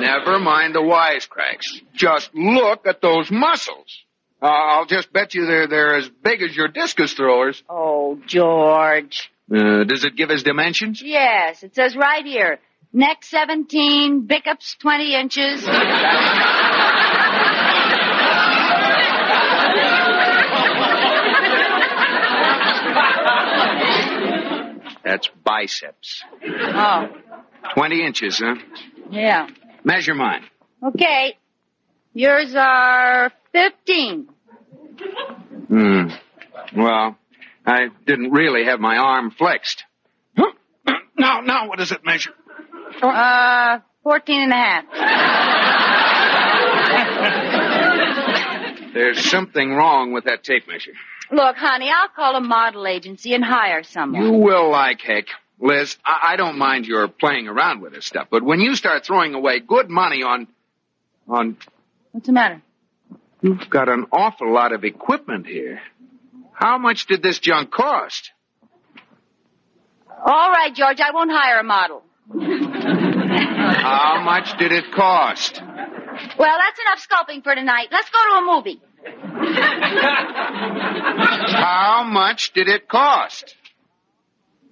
T: Never mind the wisecracks. Just look at those muscles. Uh, I'll just bet you they're, they're as big as your discus throwers.
Q: Oh, George.
T: Uh, does it give us dimensions?
Q: Yes, it says right here. Neck 17, biceps 20 inches.
T: That's biceps.
Q: oh,
T: 20 inches, huh?
Q: yeah.
T: Measure mine.
Q: Okay. Yours are 15.
T: Hmm. Well, I didn't really have my arm flexed. Huh? Now, now, what does it measure?
Q: Uh, 14 and a half.
T: There's something wrong with that tape measure.
Q: Look, honey, I'll call a model agency and hire someone.
T: You will like heck. Liz, I, I don't mind your playing around with this stuff, but when you start throwing away good money on, on,
Q: What's the matter?
T: you've got an awful lot of equipment here. How much did this junk cost?
Q: All right, George, I won't hire a model.
T: How much did it cost?
Q: Well, that's enough sculpting for tonight. Let's go to a movie.
T: How much did it cost?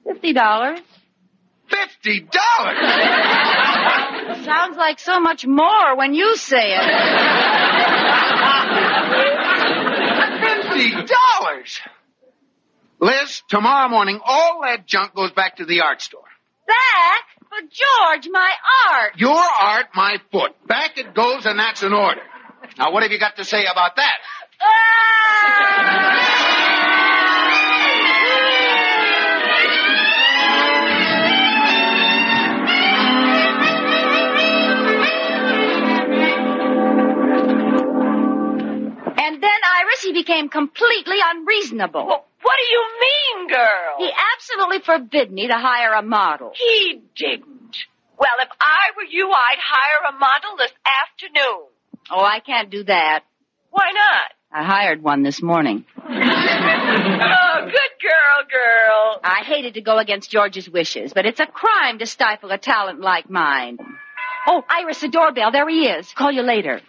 Q: Fifty dollars.
T: Fifty dollars?
Q: Sounds like so much more when you say it.
T: Fifty dollars? Liz, tomorrow morning, all that junk goes back to the art store.
Q: Back? But George, my art.
T: Your art, my foot. Back it goes, and that's an order. Now, what have you got to say about that?
Q: And then, Iris, he became completely unreasonable.
D: What do you mean, girl?
Q: he absolutely forbid me to hire a model.
D: He didn't. Well, if I were you, I'd hire a model this afternoon.
Q: Oh, I can't do that.
D: Why not?
Q: I hired one this morning.
D: oh, good girl, girl.
Q: I hated to go against George's wishes, but it's a crime to stifle a talent like mine. Oh, Iris, the doorbell. There he is. Call you later.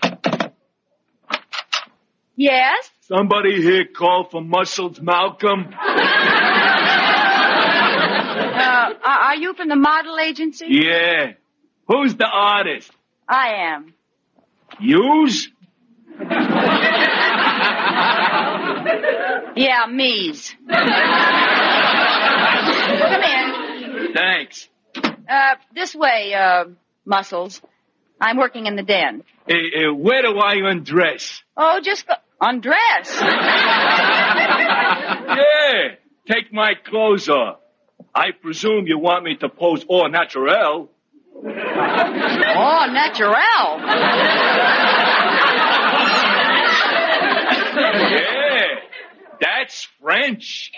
Q: Yes?
V: Somebody here call for Muscles Malcolm?
Q: Uh, are are you from the model agency?
V: Yeah. Who's the artist?
Q: I am.
V: Yous?
Q: Yeah, me's. Come in.
V: Thanks.
Q: Uh, this way, uh, muscles. I'm working in the den.
V: Eh, eh, where do I undress?
Q: Oh, just go- undress.
V: Yeah. Take my clothes off. I presume you want me to pose au naturel.
Q: Oh, naturel.
V: Yeah. That's French.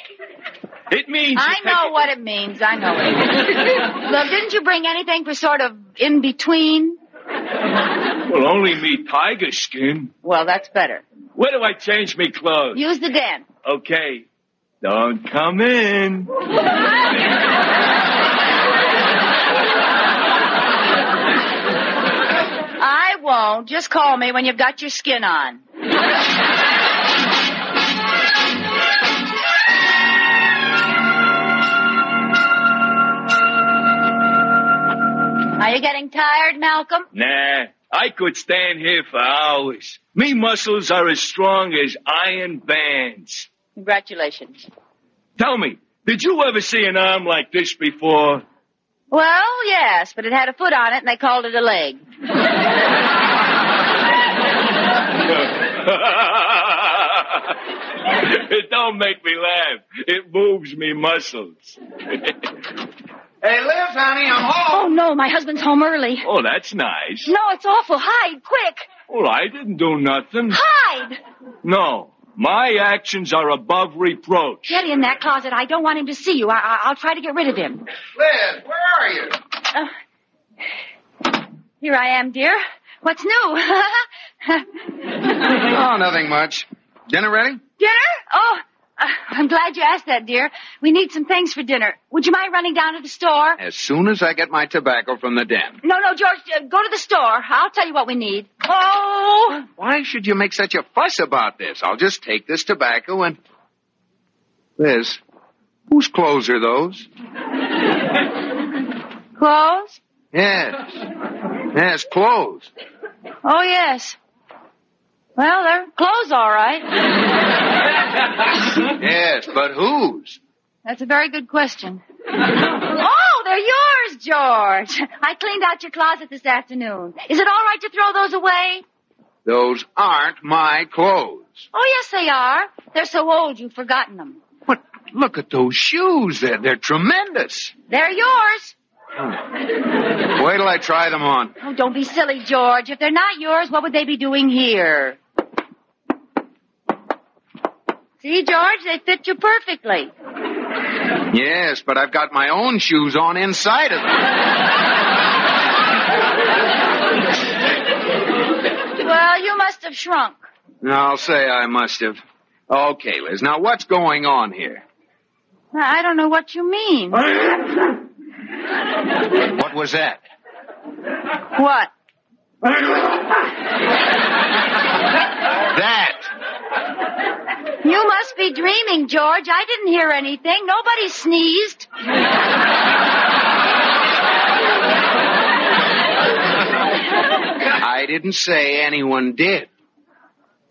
V: It means.
Q: I know what it means. I know it. Look, didn't you bring anything for sort of in between?
V: Well, only me tiger skin.
Q: Well, that's better.
V: Where do I change me clothes?
Q: Use the den.
V: Okay. Don't come in.
Q: I won't. Just call me when you've got your skin on. Are you getting tired, Malcolm?
V: Nah, I could stand here for hours. Me muscles are as strong as iron bands.
Q: Congratulations.
V: Tell me, did you ever see an arm like this before?
Q: Well, yes, but it had a foot on it and they called it a leg.
V: it don't make me laugh. It moves me muscles.
T: Hey, Liz, honey, I'm home.
Q: Oh, no, my husband's home early.
V: oh, that's nice.
Q: No, it's awful. Hide, quick.
V: Well, I didn't do nothing.
Q: Hide!
V: No, my actions are above reproach.
Q: Get in that closet. I don't want him to see you. I, I, I'll try to get rid of him.
T: Liz, where are you?
Q: Uh, here I am, dear. What's new?
T: Oh, nothing much. Dinner ready?
Q: Dinner? Oh, Uh, I'm glad you asked that, dear. We need some things for dinner. Would you mind running down to the store?
T: As soon as I get my tobacco from the den.
Q: No, no, George, uh, go to the store. I'll tell you what we need. Oh!
T: Why should you make such a fuss about this? I'll just take this tobacco and. Liz, whose clothes are those?
Q: Clothes?
T: Yes. Yes, clothes.
Q: Oh, yes. Well, they're clothes, all right.
T: Yes, but whose?
Q: That's a very good question. Oh, they're yours, George. I cleaned out your closet this afternoon. Is it all right to throw those away?
T: Those aren't my clothes.
Q: Oh, yes, they are. They're so old you've forgotten them.
T: Look at those shoes. They're, they're tremendous.
Q: They're yours.
T: Wait till I try them on.
Q: Oh, don't be silly, George. If they're not yours, what would they be doing here? See, George, they fit you perfectly.
T: Yes, but I've got my own shoes on inside of them.
Q: Well, you must have shrunk.
T: I'll say I must have. Okay, Liz. Now what's going on here?
Q: I don't know what you mean. what?
T: What was that? That.
Q: You must be dreaming, George. I didn't hear anything. Nobody sneezed.
T: I didn't say anyone did.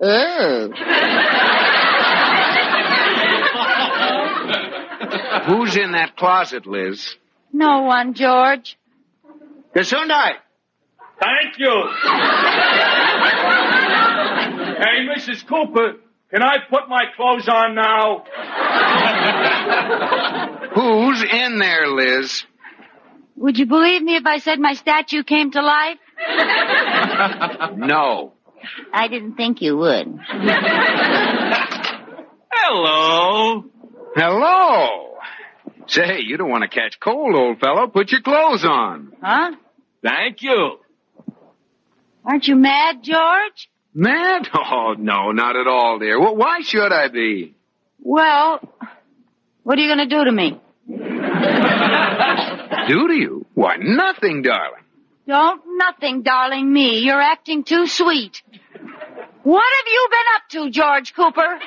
Q: Oh.
T: Who's in that closet, Liz?
Q: No one, George.
T: Gesundheit.
V: Thank you. Hey, Mrs. Cooper, can I put my clothes on now?
T: Who's in there, Liz?
Q: Would you believe me if I said my statue came to life?
T: No.
Q: I didn't think you would.
T: Hello. Hello. Say, you don't want to catch cold, old fellow. Put your clothes on.
Q: Huh?
T: Thank you.
Q: Aren't you mad, George?
T: Mad? Oh, no, not at all, dear. Well, why should I be?
Q: Well, what are you going to do to me?
T: Do to you? Why, nothing, darling.
Q: Don't nothing, darling me. You're acting too sweet. What have you been up to, George Cooper?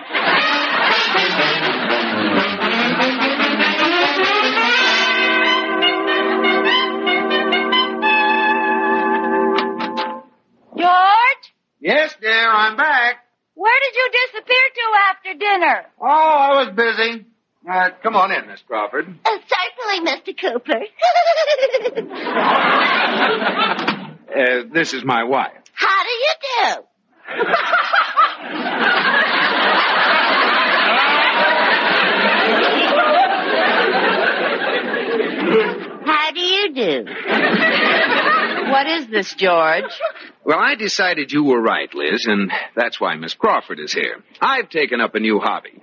Q: George,
T: Yes, dear, I'm back.
Q: where did you disappear to after dinner?
T: Oh, I was busy. Uh, come on in, Miss Crawford.
F: Oh, certainly, Mr. Cooper.
T: Uh, this is my wife.
F: How do you do?
Q: How do you do? what is this, George?
T: Well, I decided you were right, Liz, and that's why Miss Crawford is here. I've taken up a new hobby.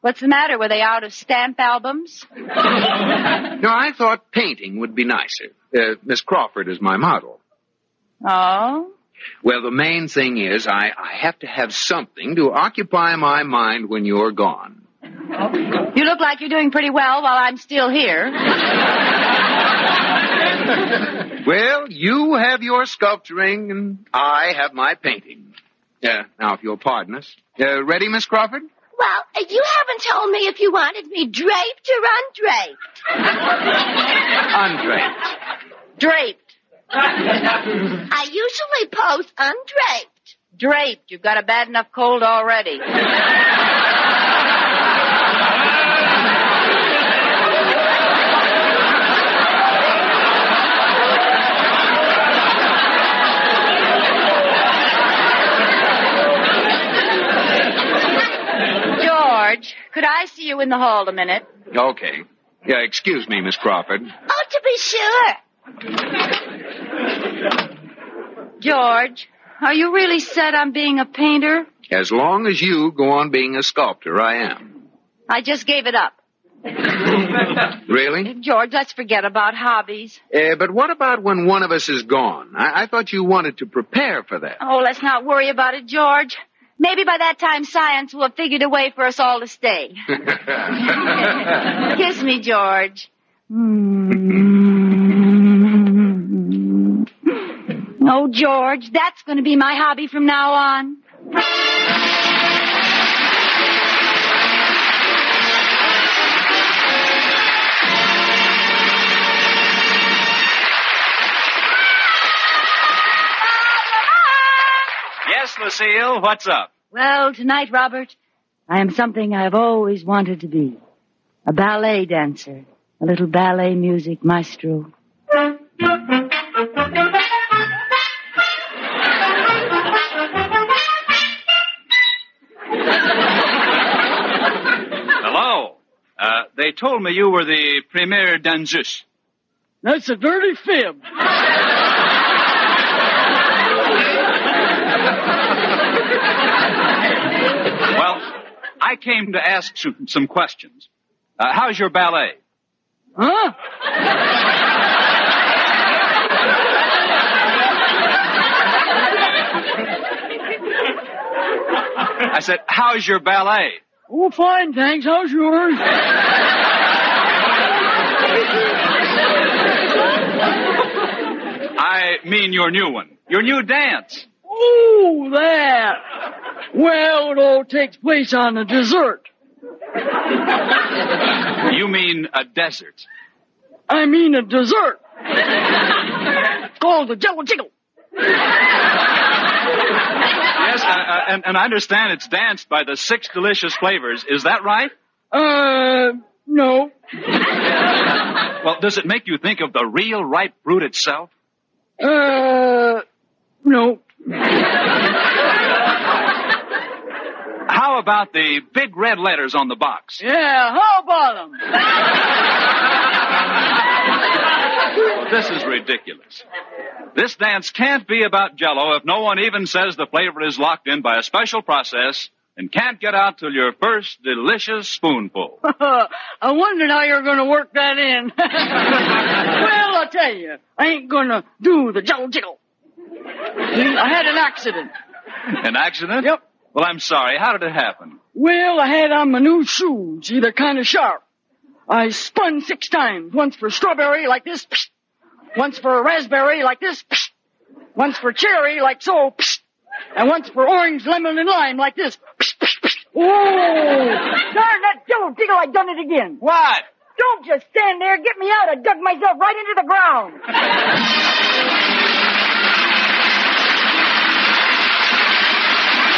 Q: What's the matter? Were they out of stamp albums?
T: No, I thought painting would be nicer. Uh, Miss Crawford is my model.
Q: Oh?
T: Well, the main thing is I, I have to have something to occupy my mind when you're gone.
Q: You look like you're doing pretty well while I'm still here.
T: Well, you have your sculpturing, and I have my painting. Uh, now, if you'll pardon us. Uh, ready, Miss Crawford?
F: Well, uh, you haven't told me if you wanted me draped or undraped.
T: Andre.
Q: Draped.
F: I usually pose undraped.
Q: Draped. You've got a bad enough cold already. George, could I see you in the hall a minute?
T: Okay. Yeah, excuse me, Miss Crawford.
Q: Oh, to be sure. George, are you really set on being a painter?
T: As long as you go on being a sculptor, I am.
Q: I just gave it up.
T: Really?
Q: George, let's forget about hobbies.
T: Uh, but what about when one of us is gone? I-, I thought you wanted to prepare for that.
Q: Oh, let's not worry about it, George. Maybe by that time science will have figured a way for us all to stay. Kiss me, George. Mm. No, Oh, George, that's going to be my hobby from now on.
P: Yes, Lucille, what's up?
Q: Well, tonight, Robert, I am something I've always wanted to be. A ballet dancer. A little ballet music maestro.
P: Hello. Uh, they told me you were the premier danseuse.
L: That's a dirty fib.
P: Well, I came to ask some, some questions. Uh, how's your ballet?
L: Huh?
P: I said, how's your ballet?
L: Oh, fine, thanks. How's yours?
P: I mean your new one, your new dance.
L: Oh, that. Well, it all takes place on a dessert.
P: You mean a desert.
L: I mean a dessert. It's called a jello jiggle.
P: Yes, uh, uh, and, and I understand it's danced by the six delicious flavors. Is that right?
L: Uh, no.
P: Well, does it make you think of the real ripe fruit itself?
L: Uh, no.
P: How about the big red letters on the box?
L: Yeah, how about them?
P: This is ridiculous. This dance can't be about jello if no one even says the flavor is locked in by a special process and can't get out till your first delicious spoonful.
L: I wondered how you're going to work that in. well, I'll tell you, I ain't going to do the jello jiggle. I had an accident.
P: An accident? Yep. Well, I'm sorry. How did it happen?
L: Well, I had on my new shoes. See, they're kind of sharp. I spun six times. Once for strawberry, like this. psh. Once for raspberry, like this. psh. Once for cherry, like so. psh. And once for orange, lemon, and lime, like this. Psh, psh, psh. Oh, darn that jello jiggle, I done it again.
P: What?
L: Don't just stand there. Get me out. I dug myself right into the ground.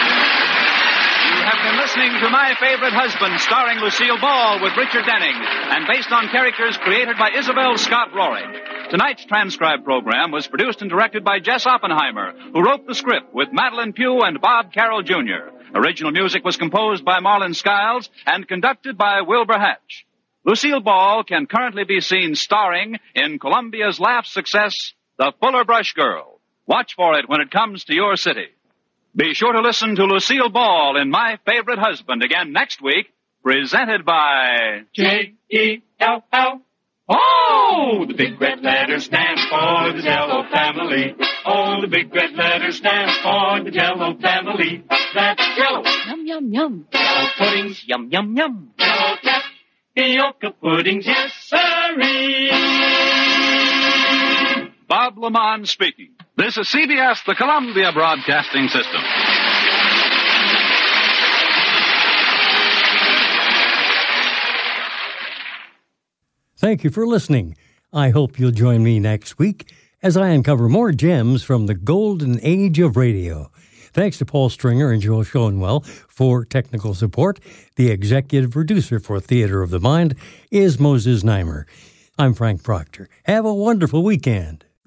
P: You have been listening to My Favorite Husband, starring Lucille Ball with Richard Denning, and based on characters created by Isabel Scott Rory. Tonight's transcribed program was produced and directed by Jess Oppenheimer, who wrote the script with Madeline Pugh and Bob Carroll Jr. Original music was composed by Marlon Skiles and conducted by Wilbur Hatch. Lucille Ball can currently be seen starring in Columbia's laugh success, The Fuller Brush Girl. Watch for it when it comes to your city. Be sure to listen to Lucille Ball in My Favorite Husband again next week, presented by
R: J E L L. Oh, the big red letter stands for the Jello family. Oh, the big red letter stands for the Jello family. That's Jello. Yum yum yum. Jello puddings. Yum yum yum. Jello tapioca puddings. Yes, sirree.
P: Bob Lamont speaking.
M: This is CBS, the Columbia Broadcasting System.
B: Thank you for listening. I hope you'll join me next week as I uncover more gems from the golden age of radio. Thanks to Paul Stringer and Joel Schoenwell for technical support. The executive producer for Theater of the Mind is Moses Neimer. I'm Frank Proctor. Have a wonderful weekend.